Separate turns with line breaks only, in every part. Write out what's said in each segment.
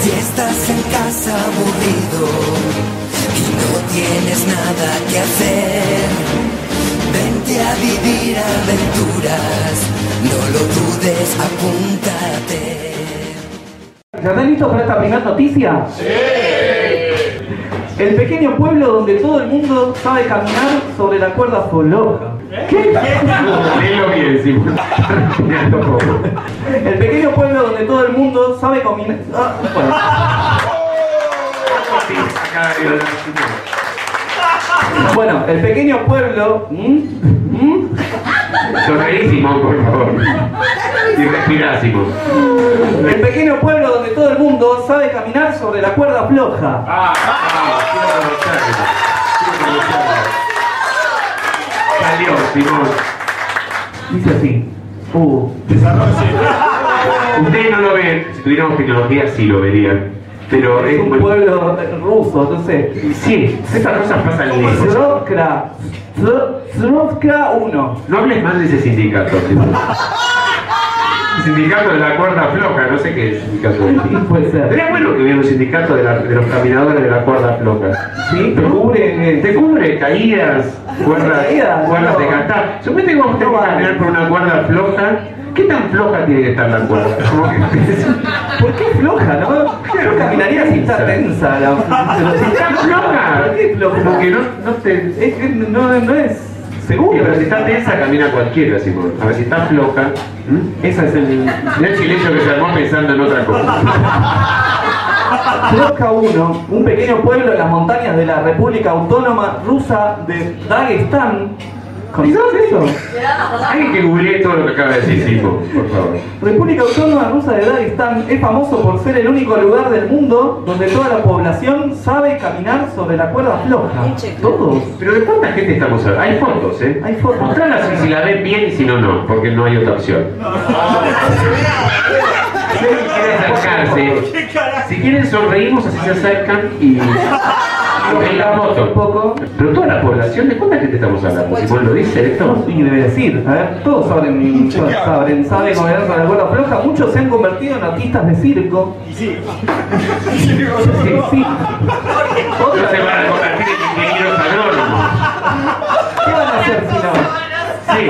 Si estás en casa aburrido y no tienes nada que hacer, vente a vivir aventuras, no lo dudes, apúntate.
¿Ya listo para esta primera noticia? ¡Sí! El pequeño pueblo donde todo el mundo sabe caminar sobre la cuerda floja. ¿Qué?
Es lo que decimos.
El pequeño pueblo donde todo el mundo sabe caminar... Ah, bueno. Bueno, el pequeño pueblo... ¿Mm? ¿Mm?
Sonarísimo, por favor. Y respirásimo.
El pequeño pueblo donde todo el mundo sabe caminar sobre la cuerda floja.
Ah, ah, quiero conocerlo. Quiero conocerlo. Salió, Simón.
Dice así. Uh.
Ustedes no lo ven. Si tuviéramos tecnología, sí lo verían. Pero es
Es un
un
pueblo ruso, no sé.
Sí, esas cosas pasan lejos.
Zrovkra. Zro- Zrovkra 1.
No hables más de ese sindicato, Simón. El Sindicato de la cuerda floja, no sé qué es el sindicato de
Puede ser.
Sería bueno que hubiera un sindicato de, la- de los caminadores de la cuerda floja.
Sí, te cubre.
Te cubre caídas, cuerdas,
Caídas,
cuerdas
no.
de cantar. Suponete que vos tenés que caminar por una cuerda floja. ¿Qué tan floja tiene que estar la cuerda? Como que-
¿Por qué floja, no? Yo caminaría si está tensa la.
si está floja,
¿Por qué floja?
como que no, no te.
Es que no, no es
Uy,
seguro.
pero si está tensa camina cualquiera, Simón. A ver, si está floja, ¿m? esa es el, mirá el silencio que se armó pensando en otra cosa.
Floja 1, un pequeño pueblo en las montañas de la República Autónoma Rusa de Dagestán. ¿Conoces eso?
Alguien que googlee todo lo que acaba de decir Simón, por favor.
República Autónoma Rusa de Dagestán es famoso por ser el único lugar del mundo donde toda la población sabe caminar sobre la cuerda floja. Todos.
Pero de cuánta gente estamos hablando? Hay fotos, ¿eh?
Hay fotos.
Mostrala si, si la ven bien y si no, no, porque no hay otra opción. Si quieren acercarse, si quieren sonreímos, así se acercan y. y ven la foto un poco. Pero toda la población, ¿de cuánta gente estamos hablando? Si vos lo dices, esto.
Y debe decir, a ver, todos saben, saben, saben caminar sobre la cuerda floja. Muchos se han convertido en artistas de circo. Sí, sí.
No
Otra
se
vez,
van a convertir en ingenieros agrónomos.
¿Qué van a hacer si no?
Sí,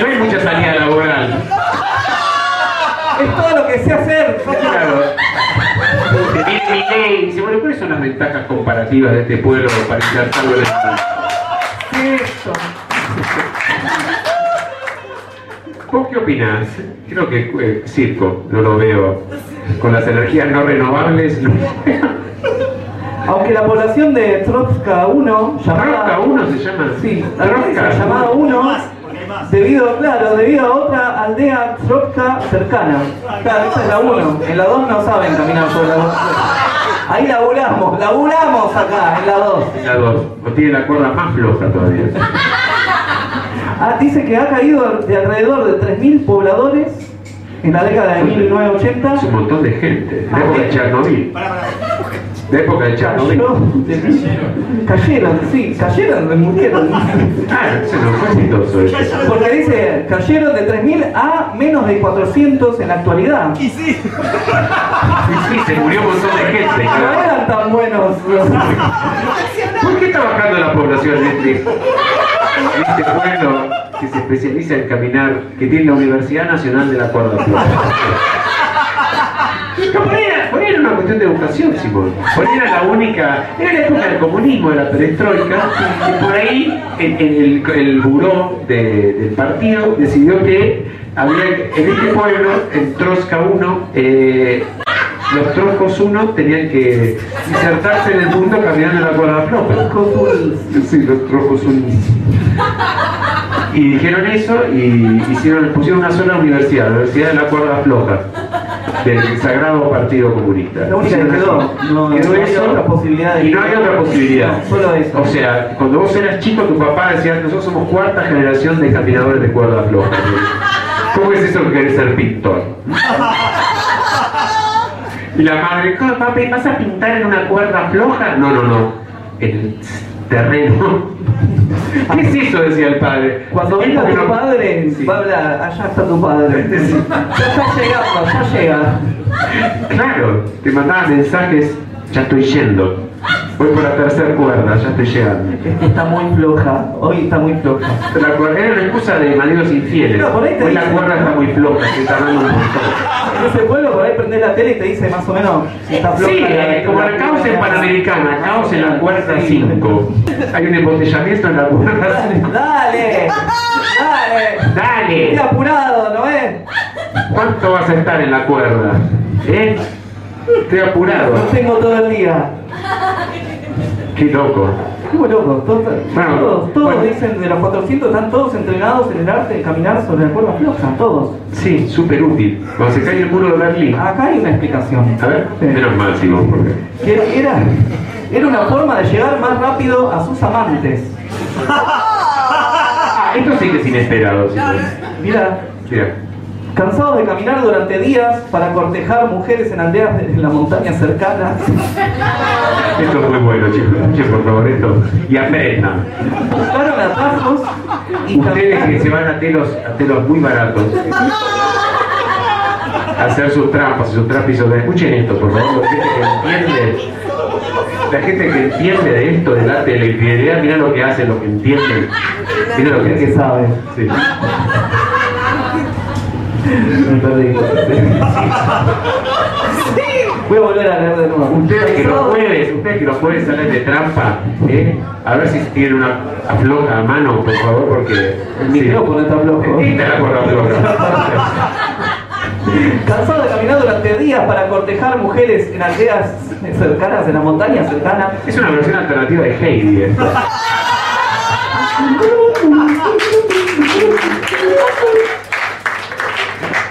no hay mucha salida laboral.
Es todo lo que sé hacer.
Claro. Te viene mi ley y dice, bueno, ¿cuáles son las ventajas comparativas de este pueblo para insertarlo en el
Eso.
¿Vos qué opinás? Creo que eh, circo, no lo veo. Con las energías no renovables, no.
Aunque la población de Trotska 1,
Rosca
llamada
1 se llama.
Sí, la
Rosca.
provincia llamada 1, debido, claro, debido a otra aldea Trotka cercana. Claro, esa es la 1. En la 2 no saben caminar por la 2. Ahí laburamos, laburamos acá, en la 2.
La 2. O tiene la cuerda más floja todavía.
Ah, dice que ha caído de alrededor de 3.000 pobladores en la década de 1980.
Es un montón de gente. De la época de Chernobyl. De época de Chernobyl.
Cayó de- Cayeron, sí, cayeron, murieron.
Ah, se nos fue exitoso eso.
Porque dice, cayeron de 3.000 a menos de 400 en la actualidad.
Sí, sí, se murió un montón de gente.
Ah, No
claro.
eran tan buenos los...
¿Por qué está bajando la población de este, de este pueblo que se especializa en caminar, que tiene la Universidad Nacional de la Cuerda Floja? No, por, ahí era, por ahí era una cuestión de educación, Simón. Por ahí era la única. Era la época del comunismo, de la perestroika. Y por ahí en, en el, el buró de- del partido decidió que había, en este pueblo, en Trosca 1, eh, los troscos 1 tenían que insertarse en el mundo caminando en la cuerda floja. Sí, los trojos unidos. Y dijeron eso y hicieron, pusieron una sola universidad, la Universidad de la Cuerda Floja, del Sagrado Partido Comunista.
La única que quedó. No,
Quedó
no había
eso,
otra posibilidad de-
Y no había otra posibilidad.
No, solo eso.
O sea, cuando vos eras chico, tu papá decía, nosotros somos cuarta generación de caminadores de cuerda floja. ¿Cómo es eso que querés ser pintor? Y la madre, "Ah, papi, ¿vas a pintar en una cuerda floja? No, no, no. En el terreno ¿Qué es eso? decía el padre.
Cuando venga
Es porque
tu
no-
padre,
Sí.
va a hablar, allá está tu padre.
Sí.
Ya está llegando, ya llega.
Claro, te mandaba mensajes, ya estoy yendo. Voy por la tercera cuerda, ya estoy llegando.
Es que Este está muy floja, hoy está muy floja.
La cuerda era una excusa de maridos infieles.
No, por ahí te
Hoy la
dicen.
cuerda está muy floja, se está dando un montón.
En ese pueblo por ahí prendés la tele y te dice más o menos si está floja.
Sí, eh, como la causa en Panamericana, caos en la cuerda 5. Hay un embotellamiento en la cuerda 5.
Dale, dale. Estoy
Dale,
apurado, ¿no ves?
¿cuánto vas a estar en la cuerda? ¿Eh? Estoy
Lo
apurado.
tengo todo el día.
Qué loco.
Qué loco, todos,
Bueno,
todos, todos
bueno.
dicen de los 400 están todos entrenados en el arte de caminar sobre la cuerda floja, todos.
Sí, súper útil. Cuando se cae el muro de Berlín.
Acá hay una explicación.
A ver,
Sí.
menos mal, Simón, porque.
Que era, era una forma de llegar más rápido a sus amantes.
Ah, esto sí que es inesperado, Simón.
Mira,
Mira.
cansados de caminar durante días para cortejar mujeres en aldeas de la montaña cercana,
Esto es muy bueno, chicos. Escuchen, por favor, esto. Y aprendan.
buscaron atajos y
Ustedes que
caminaron.
se van a telos, a telos muy baratos. A hacer sus trampas, sus trapizos. Escuchen esto, por favor. La gente que entiende, la gente que entiende de esto, del arte de la infidelidad, mira lo que hacen, lo que entienden. Mira lo que
que
hacen.
sabe.
Sí.
Me perdí. Voy a volver a leer de nuevo.
Ustedes que los
Cansados-
jueves, ustedes que los jueves salen de trampa, ¿eh? a ver si tienen una afloja a mano, por favor, porque.
El micrófono está flojo.
Sí, está la cuerda floja.
Cansado de caminar durante días para cortejar mujeres en aldeas cercanas, en la montaña cercana,
Es una versión alternativa de Heidi. ¿eh? esto.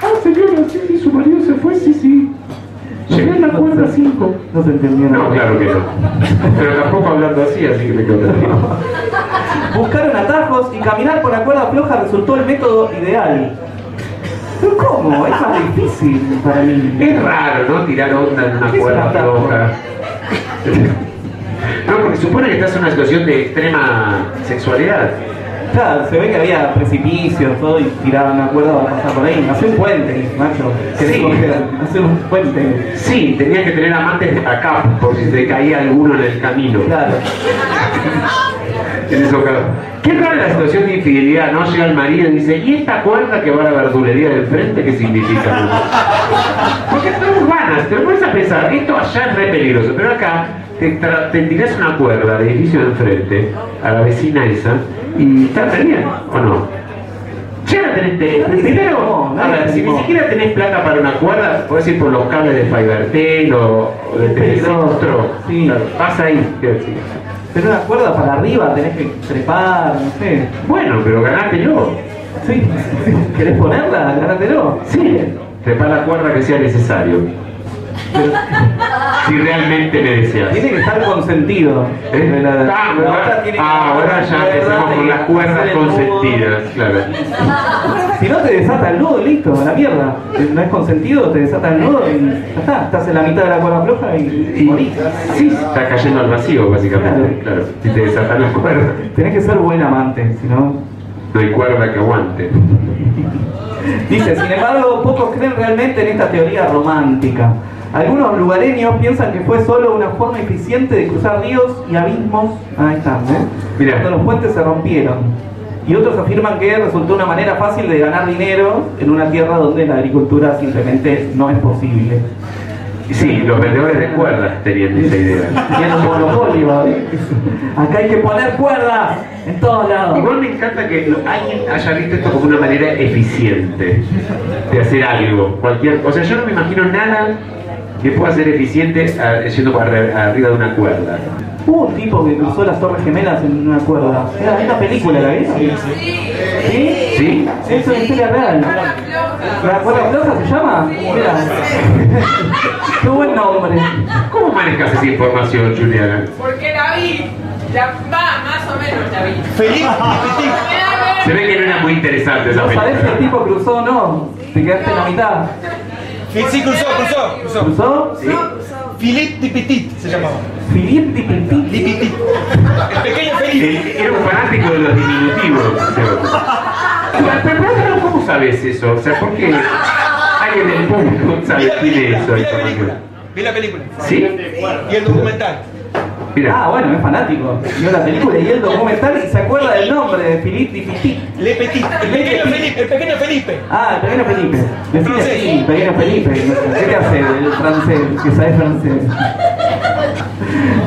Ah, señora, sí, su marido se fue, sí, sí. Llegué a la cuerda 5.
no se entendió
No,
nada.
claro que no. Pero tampoco hablando así, así que me quedo tranquilo.
Buscaron atajos y caminar por la cuerda floja resultó el método ideal. Pero ¿cómo? Es más difícil para mí.
Es raro, ¿no? Tirar onda en una
Es
cuerda
una tapa.
floja. No, porque supone que estás en una situación de extrema sexualidad.
Claro, se ve que había precipicios, todo, y tiraban una cuerda para pasar por ahí. Hacer un puente, macho. Que
Sí.
Hacer un puente.
Sí, tenías que tener amantes de backup por si te caía alguno en el camino.
Claro.
En eso, claro. Qué rara la situación de infidelidad, ¿no? Llega el marido y dice, ¿y esta cuerda que va a la verdulería del frente qué significa? Porque son urbanas, te pones a pensar, esto allá es re peligroso, pero acá te, tra- te tirás una cuerda al edificio de enfrente, a la vecina esa, y está bien, ¿o no? Ya la tenés, te-
Nadie
primero,
firmó, nadie
ahora, si ni
firmó.
siquiera tenés plata para una cuerda, podés ir por los cables de Fibertel o, o de
Es peligroso.
Telecentro.
Sí.
Claro, Pasa ahí, quiero decir.
Tener una cuerda para arriba, tenés que trepar, no sé.
Bueno, pero ganátelo.
Sí. ¿Querés ponerla? Agárratelo.
Sí, trepa la cuerda que sea necesario. Si realmente me deseas.
Tiene que estar consentido.
¿Eh? Ah, ahora, ah, ahora ya empezamos con las cuerdas consentidas, claro.
Ah, Si no te desata el nudo, listo, a la mierda. Eh, No es consentido, te desata el nudo y ya está. Estás en la mitad de la cuerda floja y, y
Y,
morís.
sí, está cayendo al vacío, básicamente, claro. Si te desatan la cuerda,
Tenés que ser buen amante, si no.
no hay cuerda que aguante.
Dice, sin embargo, pocos creen realmente en esta teoría romántica. Algunos lugareños piensan que fue solo una forma eficiente de cruzar ríos y abismos. Ahí están, ¿eh?
Mirá.
Cuando los puentes se rompieron. Y otros afirman que resultó una manera fácil de ganar dinero en una tierra donde la agricultura simplemente no es posible.
Sí, los vendedores de cuerdas tenían esa idea.
Y era un monopolio, ¿eh? Acá hay que poner cuerdas en todos lados.
Igual me encanta que lo- alguien haya visto esto como una manera eficiente de hacer algo. Cualquier, o sea, yo no me imagino nada que pueda ser eficiente ah, yendo para arri- arriba de una cuerda.
Hubo un tipo que cruzó las Torres Gemelas en una cuerda. Era una película, ¿la vieron? ¿Sí?
¿Sí?
Eso es historia real. ¿La cuerda floja se llama? Mira. Qué buen nombre.
¿Cómo manejas esa información, Juliana?
Porque la vi, la va, más o menos la vi.
Feliz.
Se ve que no era muy interesante esa
¿No sabés si el
película.
tipo cruzó o no? Te quedaste en la mitad.
Sí, sí, cruzó, cruzó, cruzó.
¿Cruzó?
Sí.
Philippe de Petit se llamaba.
Philippe de Petit.
De Petit. El pequeño Felipe.
Eh, Era un fanático de los diminutivos. Pero, pero, pero, ¿Cómo sabes eso? O sea, ¿por qué alguien del público
Vi
sabe
la
quién
película,
es eso?
vi la película. Vi la película.
¿Sí?
Y el documental.
Ah,
Mira,
bueno, es fanático. Vio la película y el documental y se acuerda del nombre de Philippe de Petit.
Le Petit. El pequeño Felipe. El pequeño Felipe.
Ah, el pequeño Felipe. Le decía,
Francés.
Sí, el pequeño Felipe. ¿Qué te hace el francés? Que sabe francés.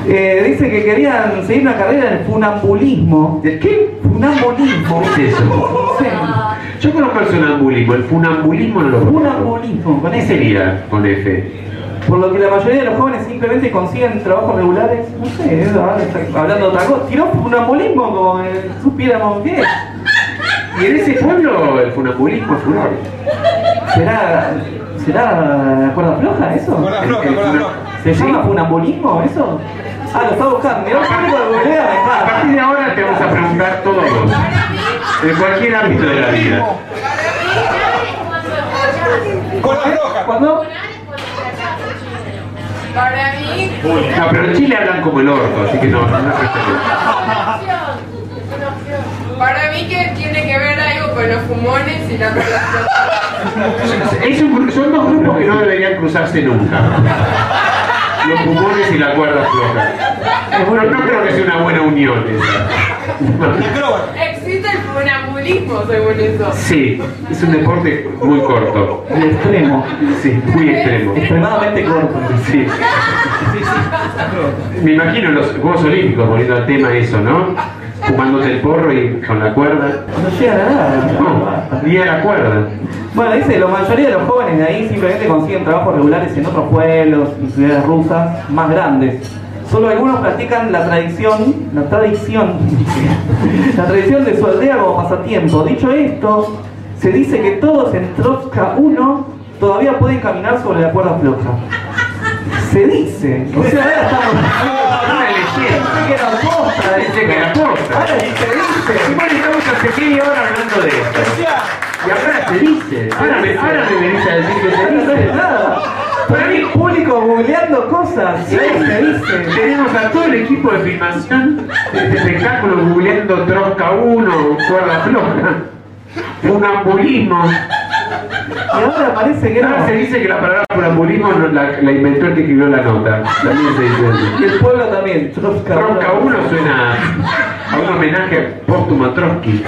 Eh, dice que querían seguir una carrera en funambulismo.
¿el qué?
Funambulismo.
¿Cómo es eso?
Sí.
Yo conozco el sonambulismo, el funambulismo no lo conozco.
Funambulismo, con
¿Qué
ese
sería con F?
Por lo que la mayoría de los jóvenes simplemente consiguen trabajos regulares. No sé, eh, ahora está hablando de otra cosa. Tiró funambulismo como eh, supiéramos qué es.
Y en ese pueblo el funambulismo es furor.
¿Será, será cuerda floja eso?
Con floja, con floja.
¿Se llama funambulismo eso? Ah, lo está buscando. Mirá, el público de Google, me
A
pasa.
partir de ahora te vamos a preguntar todos. En cualquier ámbito de la vida.
Con la roja.
Cuando
Para mí,
No, pero en Chile hablan como el orto, así que no, no es este respetuoso.
para mí que tiene que ver algo con los fumones y la colación.
Es un gru- son dos grupos que no deberían cruzarse nunca. Los pulmones y la cuerda floja. Bueno, no creo que sea una buena unión esa.
Acróbata.
Existe el funambulismo, según eso.
Sí, es un deporte muy corto.
el extremo,
Sí, muy extremo.
extremadamente corto.
Sí. Me imagino los Juegos Olímpicos, volviendo al tema eso, ¿no? Fumándote el porro y con la cuerda.
No llega a nada.
No, ni a la cuerda.
Bueno, dice, la mayoría de los jóvenes de ahí simplemente consiguen trabajos regulares en otros pueblos y ciudades rusas más grandes. Solo algunos practican la tradición, la tradición, la tradición de su aldea como pasatiempo. Dicho esto, se dice que todos en Trotsky 1 todavía pueden caminar sobre la cuerda floja. Se dice. O sea, ahora estamos...
Una leyenda.
Pensé que era posta,
Dice que era posta.
Ahora ni se dice.
Y bueno, estamos hace media hora hablando de esto. Y ahora se dice, ahora me, ahora me venís a decir que se
No sabes
dice.
nada. Por ahí público googleando cosas. Y ahí se dice.
Tenemos a todo el equipo de filmación de este espectáculo googleando Trosca 1, Cuerda Floja, funambulismo.
Y ahora parece que
Ahora se
no.
dice que la palabra funambulismo no- la, la inventó el que escribió la nota. También se dice
Y
eso.
el pueblo también. Trosca.
Trosca 1 suena a un homenaje póstumo a Trotsky.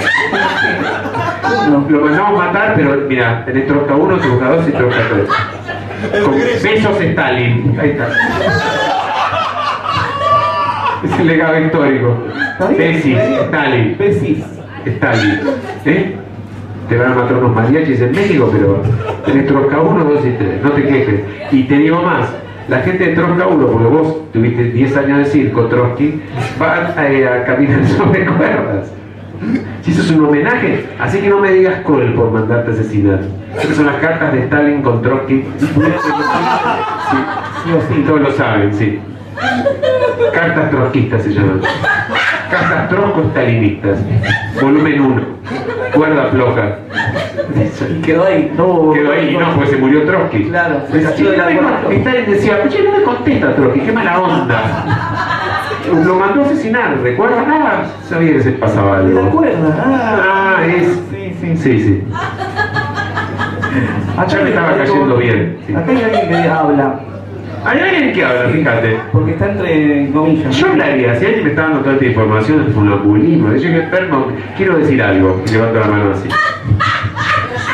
No.
Lo mandamos matar, pero mira, tenés Trosca 1, Trosca 2 y Trosca 3. Con besos Stalin. Ahí está. Es el legado histórico.
¿Está bien?
Tesis,
¿Está bien?
Stalin.
Besis.
Stalin. ¿Eh? Te van a matar unos mariachis en México, pero tenés Trosca 1, 2 y 3. No te quejes. Y te digo más. La gente de Trosca 1, porque vos tuviste 10 años de circo, Trotsky, va eh, a caminar sobre cuerdas. Si eso es un homenaje, así que no me digas col por mandarte a asesinar. Estas son las cartas de Stalin con Trotsky.
Sí o
Y
sí.
todos lo saben, sí. Cartas trotskistas se llaman. Cartas trosco-stalinistas. Volumen 1. Cuerda floja.
Y quedó ahí. No.
Quedó ahí, no, porque se murió Trotsky.
Claro, se
Pues,
cayó de la
Stalin
cuerda.
decía, oye, no me contesta Trotsky, qué mala onda. Lo mandó a asesinar, ¿recuerdas? Ah, sabía que se pasaba
¿Te
algo.
acuerdas? Ah,
Ah, es.
Sí, sí.
Sí, sí.
Acá
Ya me estaba cayendo bien, sí.
Acá hay alguien que habla.
Hay alguien que habla, fíjate.
Porque está entre comillas.
Yo hablaría, si alguien me está dando toda esta información del funambulismo, yo que perno, quiero decir algo, y levanto la mano así.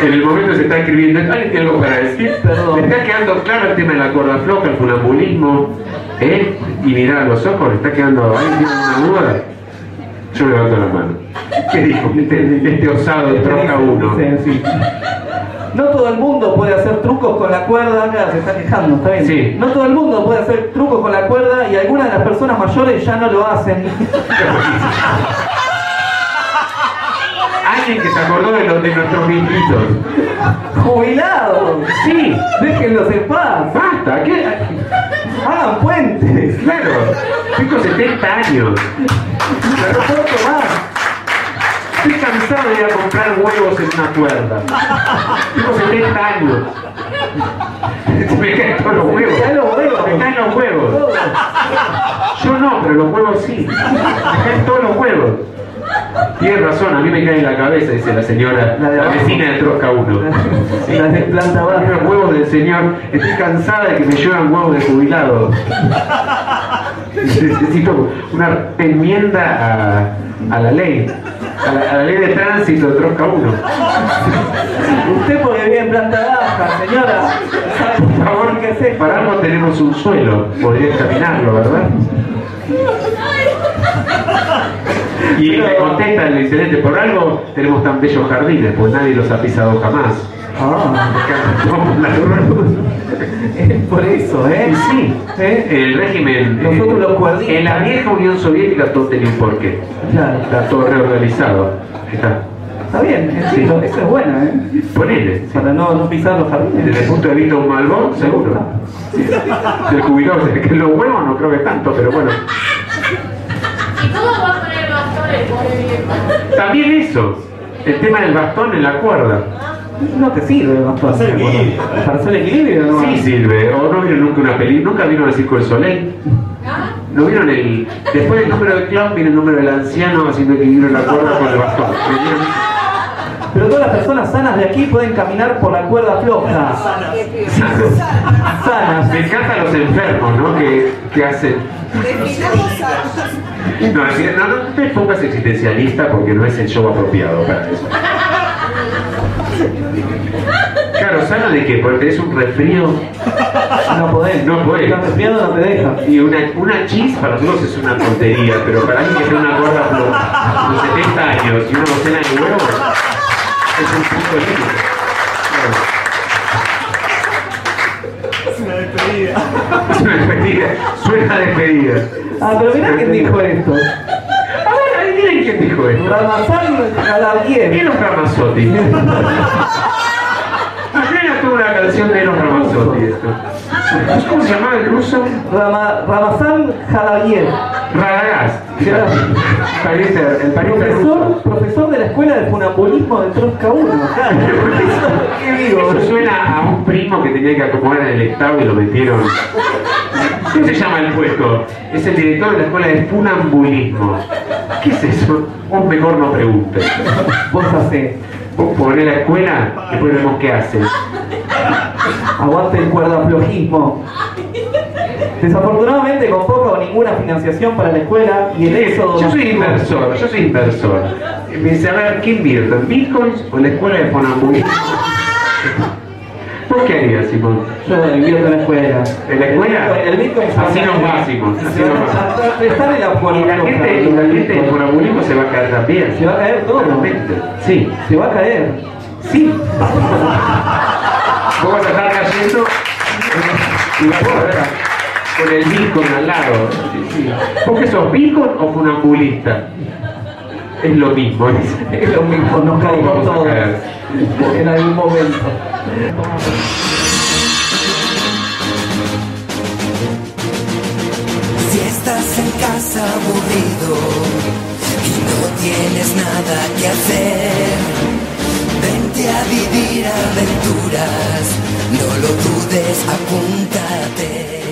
En el momento que se está escribiendo, ¿alguien tiene algo para decir?
Perdón.
Me está quedando claro el tema de la cuerda floja, el funambulismo, ¿eh? Y mirar a los ojos, ¿le está quedando alguien tiene una duda? Yo levanto la mano. ¿Qué dijo? Este, este osado de troca uno.
Sí, sí. No todo el mundo puede hacer trucos con la cuerda, acá se está quejando, está bien.
Sí.
No todo el mundo puede hacer trucos con la cuerda y algunas de las personas mayores ya no lo hacen.
Alguien que se acordó de los de nuestros viejitos.
¡Jubilados!
Sí,
¡Déjenlos en paz!
basta, ¿qué?
¡Hagan puentes!
Claro, tengo 70 años.
¡No puedo más!
Estoy cansado de ir a comprar huevos en una cuerda. Tengo 70 años. Me caen todos los huevos.
Me caen los huevos.
Me caen los huevos. Yo no, pero los huevos sí. Me caen todos los huevos. Tienes razón, a mí me cae en la cabeza, dice la señora,
La
la,
de abajo.
vecina de Trosca 1.
La de planta baja.
Los huevos del señor, estoy cansada de que me llevan huevos de jubilado. Necesito una enmienda a, a la ley, a la, a la ley de tránsito de Trosca 1.
Usted porque vive en planta baja, señora. Sabe
Por favor,
que
que
sé.
Para algo tenemos un suelo, podrías caminarlo, ¿verdad? Y
Pero-
le contesta el excelente, por algo tenemos tan bellos jardines, pues nadie los ha pisado jamás.
Ah, es por eso, ¿eh?
Y sí,
¿Eh?
el régimen.
Nosotros los cuadritos.
En la vieja Unión Soviética todo tenía un porqué.
Claro.
Está todo reorganizado. Está.
Está bien, es
Sí.
chico, eso es bueno, ¿eh?
Ponele. sí.
Para no, no pisar los
Desde el
jardines.
punto de vista de un malvón, seguro. Sí. Del jubilado, o sea, que los huevos no creo que tanto, pero bueno.
¿Y cómo va a poner los flores, pobre viejo?
También eso. El tema del bastón en la cuerda.
No te sirve más para hacer equilibrio. Para
¿eh?
hacer equilibrio, ¿no?
Sí sirve. O no vieron nunca una peli, nunca vieron el Circo del Soleil. ¿No vieron el. Después del número del clown viene el número del anciano haciendo equilibrio en la cuerda con el bastón. ¿Me vieron?
Pero todas las personas sanas de aquí pueden caminar por la cuerda floja. Sanas.
Me encantan los enfermos, ¿no? Que, que hacen. No, así- no, no te pongas existencialista porque no es el show apropiado para eso. Claro, ¿sana de qué? Porque es un resfrío
No podés.
No podés.
Los resfriados no te dejan.
y una, una chis para nosotros es una tontería, pero para alguien que tiene una gorda con- con 70 años y una docena de huevos, es un punto límite. Claro.
Es una despedida.
Es una despedida, suena a despedida.
Ah, pero mirá quién dijo esto.
A ver, ahí miren quién dijo esto.
Ramazán Galardier.
Y los Ramazzotti. Ayer tuvo una canción de los Ramazzotti esto. ¿Cómo se llamaba el ruso?
Rama, Ramazán Jadardier.
Radagast. Era pariente- el pariente
Profesor,
ruso.
profesor de la Escuela de Funambulismo de Trosca 1. Claro. ¿Qué digo?
Eso suena a un primo que tenía que acomodar en el estado y lo metieron. ¿Cómo se llama el puesto? Es el director de la escuela de funambulismo. ¿Qué es eso? Un mejor no pregunte.
Vos hacés.
Vos ponés la escuela, después vemos qué hace.
Aguante el cuerdaflojismo. Desafortunadamente, con poca o ninguna financiación para la escuela y el éxodo.
Yo soy
masivo.
inversor, yo soy inversor. Me dice, a ver, ¿qué invierto? ¿En bitcoins o en la escuela de Fonambulismo? ¿Vos qué harías, Simón?
Yo invierto en la escuela.
¿En la escuela?
El Bitcoin se
Así
va a-
nos básicos, así
se va
nos
a-
básicos.
Estar en la
Y la gente, y la gente de Fonambulismo se va a caer también.
Se va a caer todo.
Claramente. Sí,
Se va a caer.
sí. Vos vas a estar cayendo y vas a ver con el bitcoin al lado. Sí, sí. ¿Vos qué sos, bitcoin o funambulista? Es lo mismo, dice.
Es lo mismo, nos caemos
Vamos a
todos
caer.
en algún momento.
Si estás en casa aburrido y no tienes nada que hacer, vente a vivir aventuras, no lo dudes, apúntate.